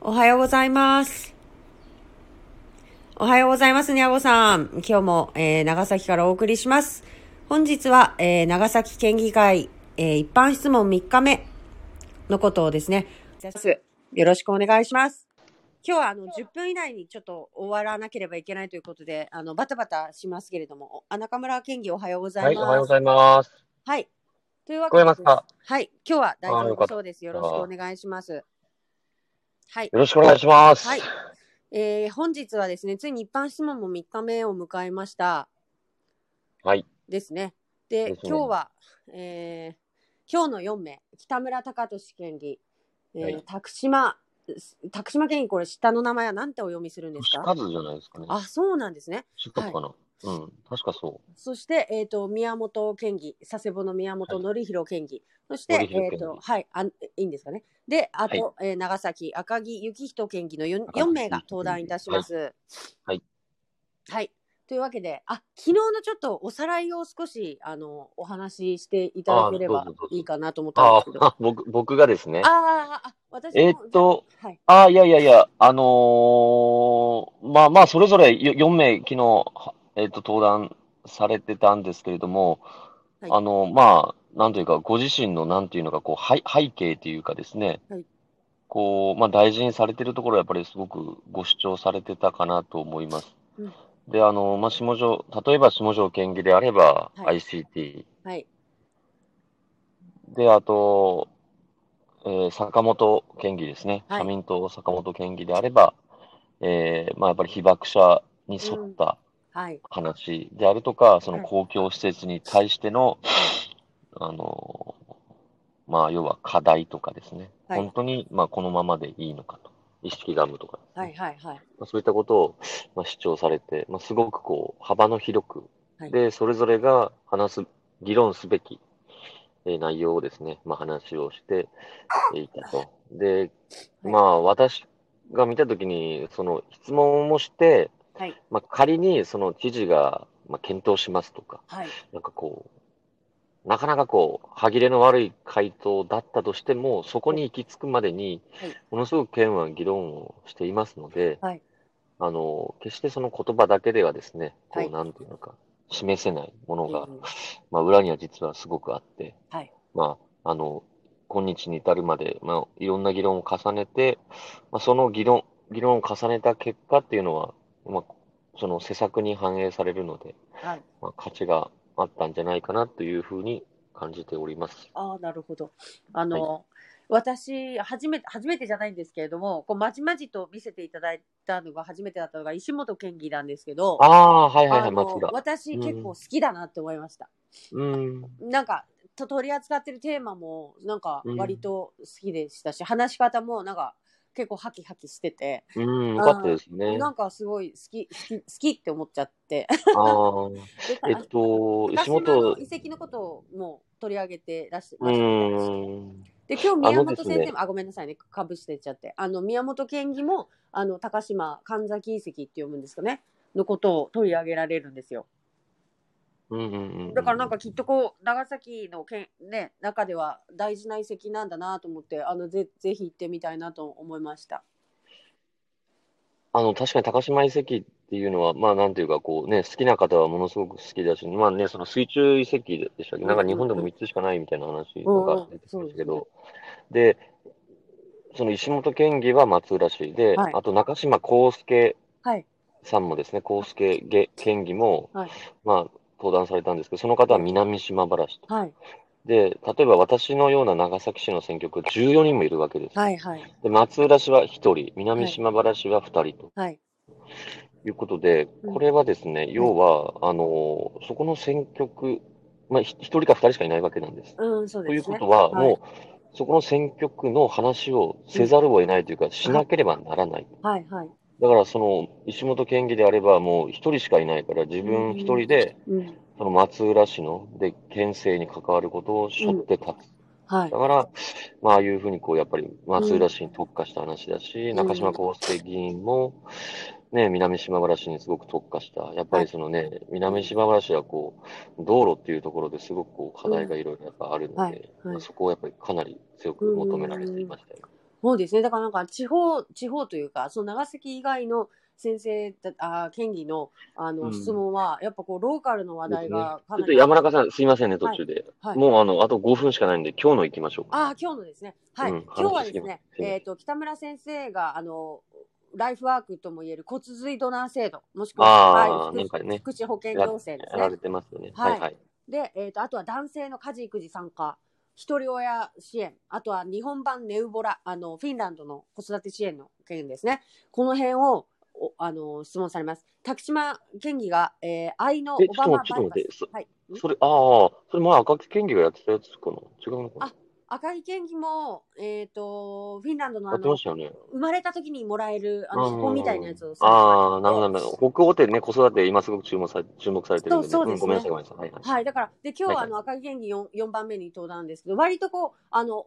おはようございます。おはようございます、にゃごさん。今日も、えー長崎からお送りします。本日は、えー長崎県議会、えー一般質問3日目のことをですね、よろしくお願いします。今日はあの10分以内にちょっと終わらなければいけないということで、あのバタバタしますけれども、あ中村県議おはようござはいい、おます。はようございます。はい。というわ聞こけえでますかはい。今日は大あ丈よ夫かったそうです。よろしくお願いします。はい。よろしくお願いします。はいえー本日はですね、ついに一般質問も3日目を迎えました。はい。ですね。で、ですね今日は、えー今日の4名、北村貴俊県議、えーはい宅島、宅島県議、これ、下の名前は何てお読みするんですしかかずじゃないですかね。あ、そうなんですね。しかずかな、うん、確かそそして、えー、と宮本県議、佐世保の宮本則弘県議、そして、則弘え県ー議とはいあ、いいんですかね、で、あと、えー長崎、赤木幸人県議の 4, 赤木幸人名が登壇いたします。はいはいはいというわけで、あ昨日のちょっとおさらいを少しあのお話ししていただければあどうぞどうぞいいかなと思っう。たんであすけど、ああ、 僕、僕がですね。あーあ、私もえーっと、はい、ああ、いやいやいや、あのーまあまあ、それぞれ4名、昨日、はえーっと、登壇されてたんですけれども、はいあの、まあ、なんというか、ご自身の、なんていうのか、こう、はい背景というかですねはい、こう、まあ、大事にされてるところは、やっぱりすごくご主張されてたかなと思いますうん。で、あの、まあ、下条、例えば下条県議であれば、はい ICT、はい、で、あと、えー坂本県議ですね。はい社民党坂本県議であれば、えーまあ、やっぱり被爆者に沿ったはい、話であるとか、そのはい公共施設に対しての、あのーまあ、要は課題とかですね。はい本当に、まあ、このままでいいのかと。意識がむとか、はい、はい、はい、まあ、そういったことを、まあ、主張されて、まあ、すごくこう幅の広く、はいでそれぞれが話す議論すべき、えー内容をですね、まあ、話をしてえーいたと。で、まあ、私が見たときに、その質問もして、はいまあ、仮にその知事が、まあ、検討しますとか、はい、なんかこう、なかなかこう、歯切れの悪い回答だったとしても、そこに行き着くまでにはい、ものすごく県は議論をしていますので、はいあの、決してその言葉だけではですね、こ、はいうなんていうのか、示せないものがうん、まあ、裏には実はすごくあって、はいまあ、あの、今日に至るまで、まあ、いろんな議論を重ねて、まあ、その議論、議論を重ねた結果っていうのは、まあ、その施策に反映されるので、はい、まあ、価値があったんじゃないかなというふうに感じております。ああ、なるほど。あの、私、初めて、初めてじゃないんですけれども、こう、まじまじと見せていただいたのが初めてだったのが、石本県議なんですけど、ああ、はいはいはあい、の松浦。私、うん結構好きだなって思いました。うん。なんか、と取り扱ってるテーマも、なんか、うん割と好きでしたし、話し方も、なんか、結構ハキハキしてて、うん、よかったですね。なんかすごい好き、好き、好きって思っちゃって。あであ、え っと、高石島の本、遺跡のことも取り上げてらっしゃうましたん、で今日宮本先生もあ,、あのですごめんなさいねかぶしてっちゃってあの宮本県議もあの高島神崎遺跡って読むんですかねのことを取り上げられるんですようん、うんうん。だからなんかきっとこう長崎の県、ね、中では大事な遺跡なんだなと思ってあのぜぜひ行ってみたいなと思いましたあの、確かに高島遺跡っていうのは、まあ、なんていうか、こうね、好きな方はものすごく好きだし、まあね、その水中遺跡でしたっけ、なんか日本でも3つしかないみたいな話うんが出てきましたけうんど、で、その石本県議は松浦市で、はいあと中島康介はいさんもですね、康介げ県議も、はいまあ、登壇されたんですけど、その方は南島原市と。はいで、例えば私のような長崎市の選挙区、14人もいるわけです。はいはいで、松浦市は1人、南島原市は2人と。はいということで、うんこれはですね、要は、あのーそこの選挙区、まあ、ひ一人か二人しかいないわけなんです。うんそうとでいうすこねとは、はいもう、そこの選挙区の話をせざるを得ないというか、しなければならない。はいはいだから、その、石本県議であれば、もう一人しかいないから、自う分ん一人で、うんその松浦市の、で、県政に関わることを背負って立つ。はいだから、まあ、ああいうふうに、こう、やっぱり松浦市に特化した話だし、ん中島康介議員も、ね、南島原市にすごく特化した、やっぱりそのね、南島原市はこう、道路っていうところですごくこう課題がいろいろやっぱあるので、はいはいまあそこをやっぱりかなり強く求められていましたよ。そうですね。だからなんか地方、地方というか、その長崎以外の先生だ、あー県議のあうのん質問は、やっぱこう、ローカルの話題がかちょなっとり。山中さん、すいませんね、途中で。はいもうあの、あと5分しかないんで、今日の行きましょうか。ああ、今日のですね。はい。うん今日はですね話、してみましょうえっ、と、北村先生が、あの、ライフワークともいえる骨髄ドナー制度、もしくは、あーはい、なん福かね福祉保健行政ですやらねれ。てますよね。はいはいはい。で、えっ、と、あとは男性の家事育児参加、ひとり親支援、あとは日本版ネウボラ、あの、フィンランドの子育て支援の件ですね。この辺を、おあの、質問されます。滝島県議が、えー、愛のオえ、ちょっバとマ待って、ちょっと待って。そバイパスはい。んそれ、ああ、それ前赤木県議がやってたやつかな違うのかな赤木県議も、えっ、と、フィンランドのやあってまのし、たよね。生まれた時にもらえる、あの、うん箱みたいなやつをさああ、なるほど、なるほど。北欧ってね、子育て今すごく注目さ注目されてるんで、ねそうそうですねんごめんなさい、ごめんなさい。はいはい。はい、だから、で、今日はあの、は赤木県議 4, 4番目に登壇ですけど、割とこう、あの、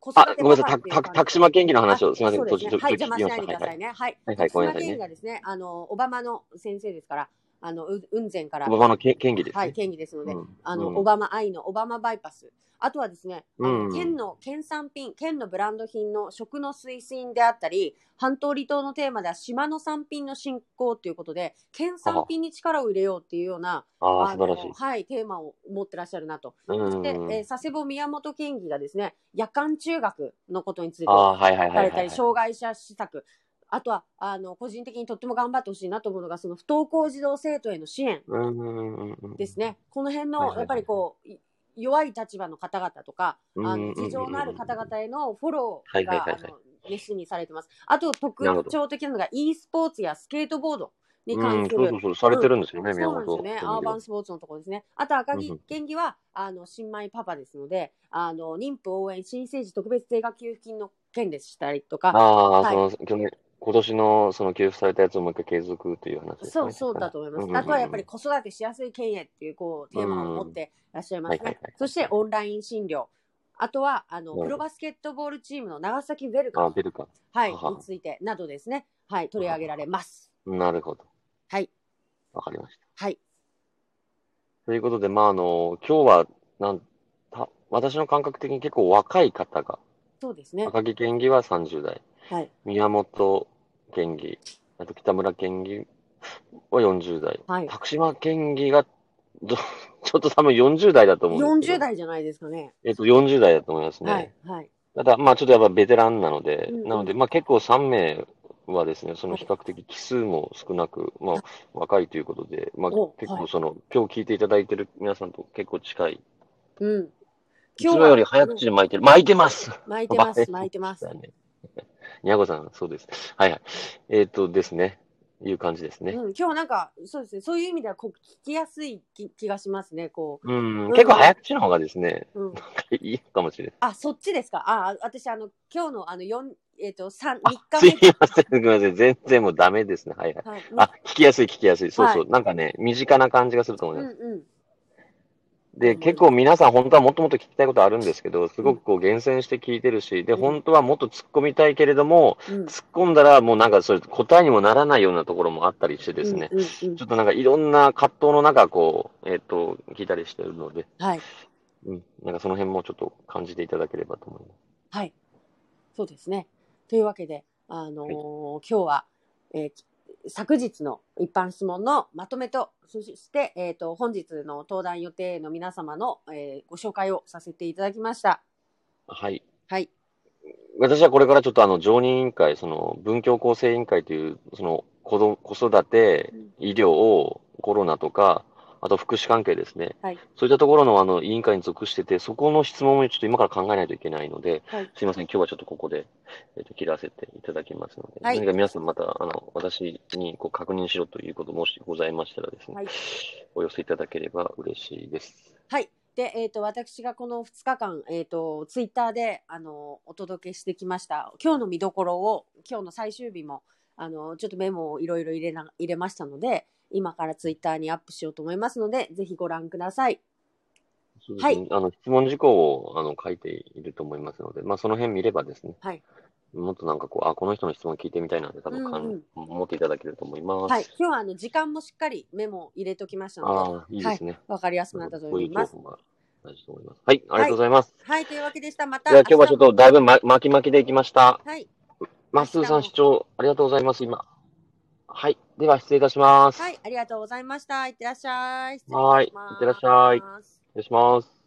子あ育、てごめんなパパさい、ってた、う感た、じ徳島県議の話を、あすみません、そう途で中、ね途中はい、聞邪魔きしないました。でくだはいはさいい。ね。はい。はいはいごめんなさ徳い島県がですね、あの、オバマの先生ですから、あの、う雲仙から、馬場のけ県議ですね。はい、県議ですので、うんあの、うんオバマ愛のオバマバイパス。あとはですね、あうのん県の、県産品、県のブランド品の食の推進であったり、半島離島のテーマでは島の産品の振興ということで、県産品に力を入れようっていうような、ああ、あ素の晴らしい。はい、テーマを持ってらっしゃるなと。うそして、えん。ー佐世保宮本県議がですね、夜間中学のことについてあ、あ、はいはいさはいれはたり、い。障害者施策、あとはあの個人的にとっても頑張ってほしいなと思うのが、その不登校児童生徒への支援うんうんうんうん。ですね、この辺はいはいのはいやっぱりこう、い弱い立場の方々とか、うんうんあうんうのん事情のある方々へのフォローはいはいがはいあはいの熱心にされてます。あと、特なるほど徴的なのが e スポーツやスケートボードにう関ん、すそうるそうそう、されてるんですよね、宮そうなん本ですよね。アーバンスポーツのところですね。あと赤うんう木ん県議は、あの、新米パパですので、あの、妊婦応援新生児特別定額給付金の件でしたりとか、ああ、はいその、去年、今年のその給付されたやつをもう一回継続という話ですそかうね。そうだと思います。うんうんうんあとはやっぱり子育てしやすい県へっていう、こう、テーマを持ってらっしゃいますうねんはいはいはい。そしてオンライン診療。あとは、あの、なるほどプロバスケットボールチームの長崎ウェルあカあ、出るか。はい、ははについて、などですね。はい、取り上げられます。なるほど。はい。わかりました。はい。ということで、まあ、あの、今日は、なん、た、私の感覚的に結構若い方が、そうですね。赤木県議は30代、はい。宮本県議、あと北村県議は40代、はい徳島県議が、ど ちょっと多分40代だと思うんですけ40ど、代じゃないですかね。えっと、40代だと思いますね。はい。はい。ただ、まあ、ちょっとやっぱベテランなので、うんうんなので、まあ、結構3名はですね、その比較的奇数も少なく、まあ、若いということで、まあお、結は構いその、今日聞いていただいてる皆さんと結構近い。うん。いつもより早口で巻いてる。巻い てます巻いてまバす、レ巻いてますだ。ね。 にゃごさん、そうです。はいはい。えっとですね、いう感じですね。うん、今日なんか、そうですね、そういう意味では、こう、聞きやすい気気がしますね、こうん、結構早口の方がですね、う。うん、いいかもしれない。あ、そっちですか。あ、あ私、あの、今日の、あの、四、えっ、と、三、あ三日す目。いません、すいません。全然もうダメですね。はいはい。はい。 あ、聞きやすい、聞きやすい。そうそはう。なんかね、身近な感じがすると思ういますん、。うん。で、結構皆さん本当はもっともっと聞きたいことあるんですけど、すごくこう厳選して聞いてるし、で、うん本当はもっと突っ込みたいけれども、うん。突っ込んだらもうなんかそれ答えにもならないようなところもあったりしてですね、うん、うんうんちょっとなんかいろんな葛藤の中、こう、えっ、と、聞いたりしてるので、はい。うん、なんかその辺もちょっと感じていただければと思います。はい。そうですね。というわけで、あのー今日は、えーき昨日の一般質問のまとめと、そして、えっ、と、本日の登壇予定の皆様の、えーご紹介をさせていただきました。はい。はい。私はこれからちょっとあの、常任委員会、その、文教構成委員会という、その、子ど子育てうん、医療、コロナとか、あと福祉関係ですね。はいそういったところのあの、委員会に属してて、そこの質問をちょっと今から考えないといけないので、はいすいません、今日はちょっとここで、えっ、と、切らせていただきますので、はい何か皆さんまた、あの、私にこう確認しろということ、もしございましたらですね、はいお寄せいただければ嬉しいです。はい。で、えっ、と、私がこの2日間、えっ、と、ツイッターで、あの、お届けしてきました、今日の見どころを、今日の最終日も、あの、ちょっとメモをいろいろ入れな、入れましたので、今からツイッターにアップしようと思いますので、ぜひご覧ください。そうですねはいあの、質問事項を、あの、書いていると思いますので、まあ、その辺見ればですね。はいもっとなんかこう、あ、この人の質問聞いてみたいなって多分かん、うんうん思っていただけると思います。はい。今日は、あの、時間もしっかりメモを入れときましたので、ああ、いいですね。わかりやすくなったと思います。こういう情報が大事と思います。はい、ありがとうございます。はい、というわけでした。また。じゃあ今日はちょっとだいぶ。ぶま巻き巻きでいきました。はい。まっすーさん視聴ありがとうございます、今。はい、では失礼いたします。はい、ありがとうございました。いってらっしゃい。はいいってらっしゃいい。失礼します。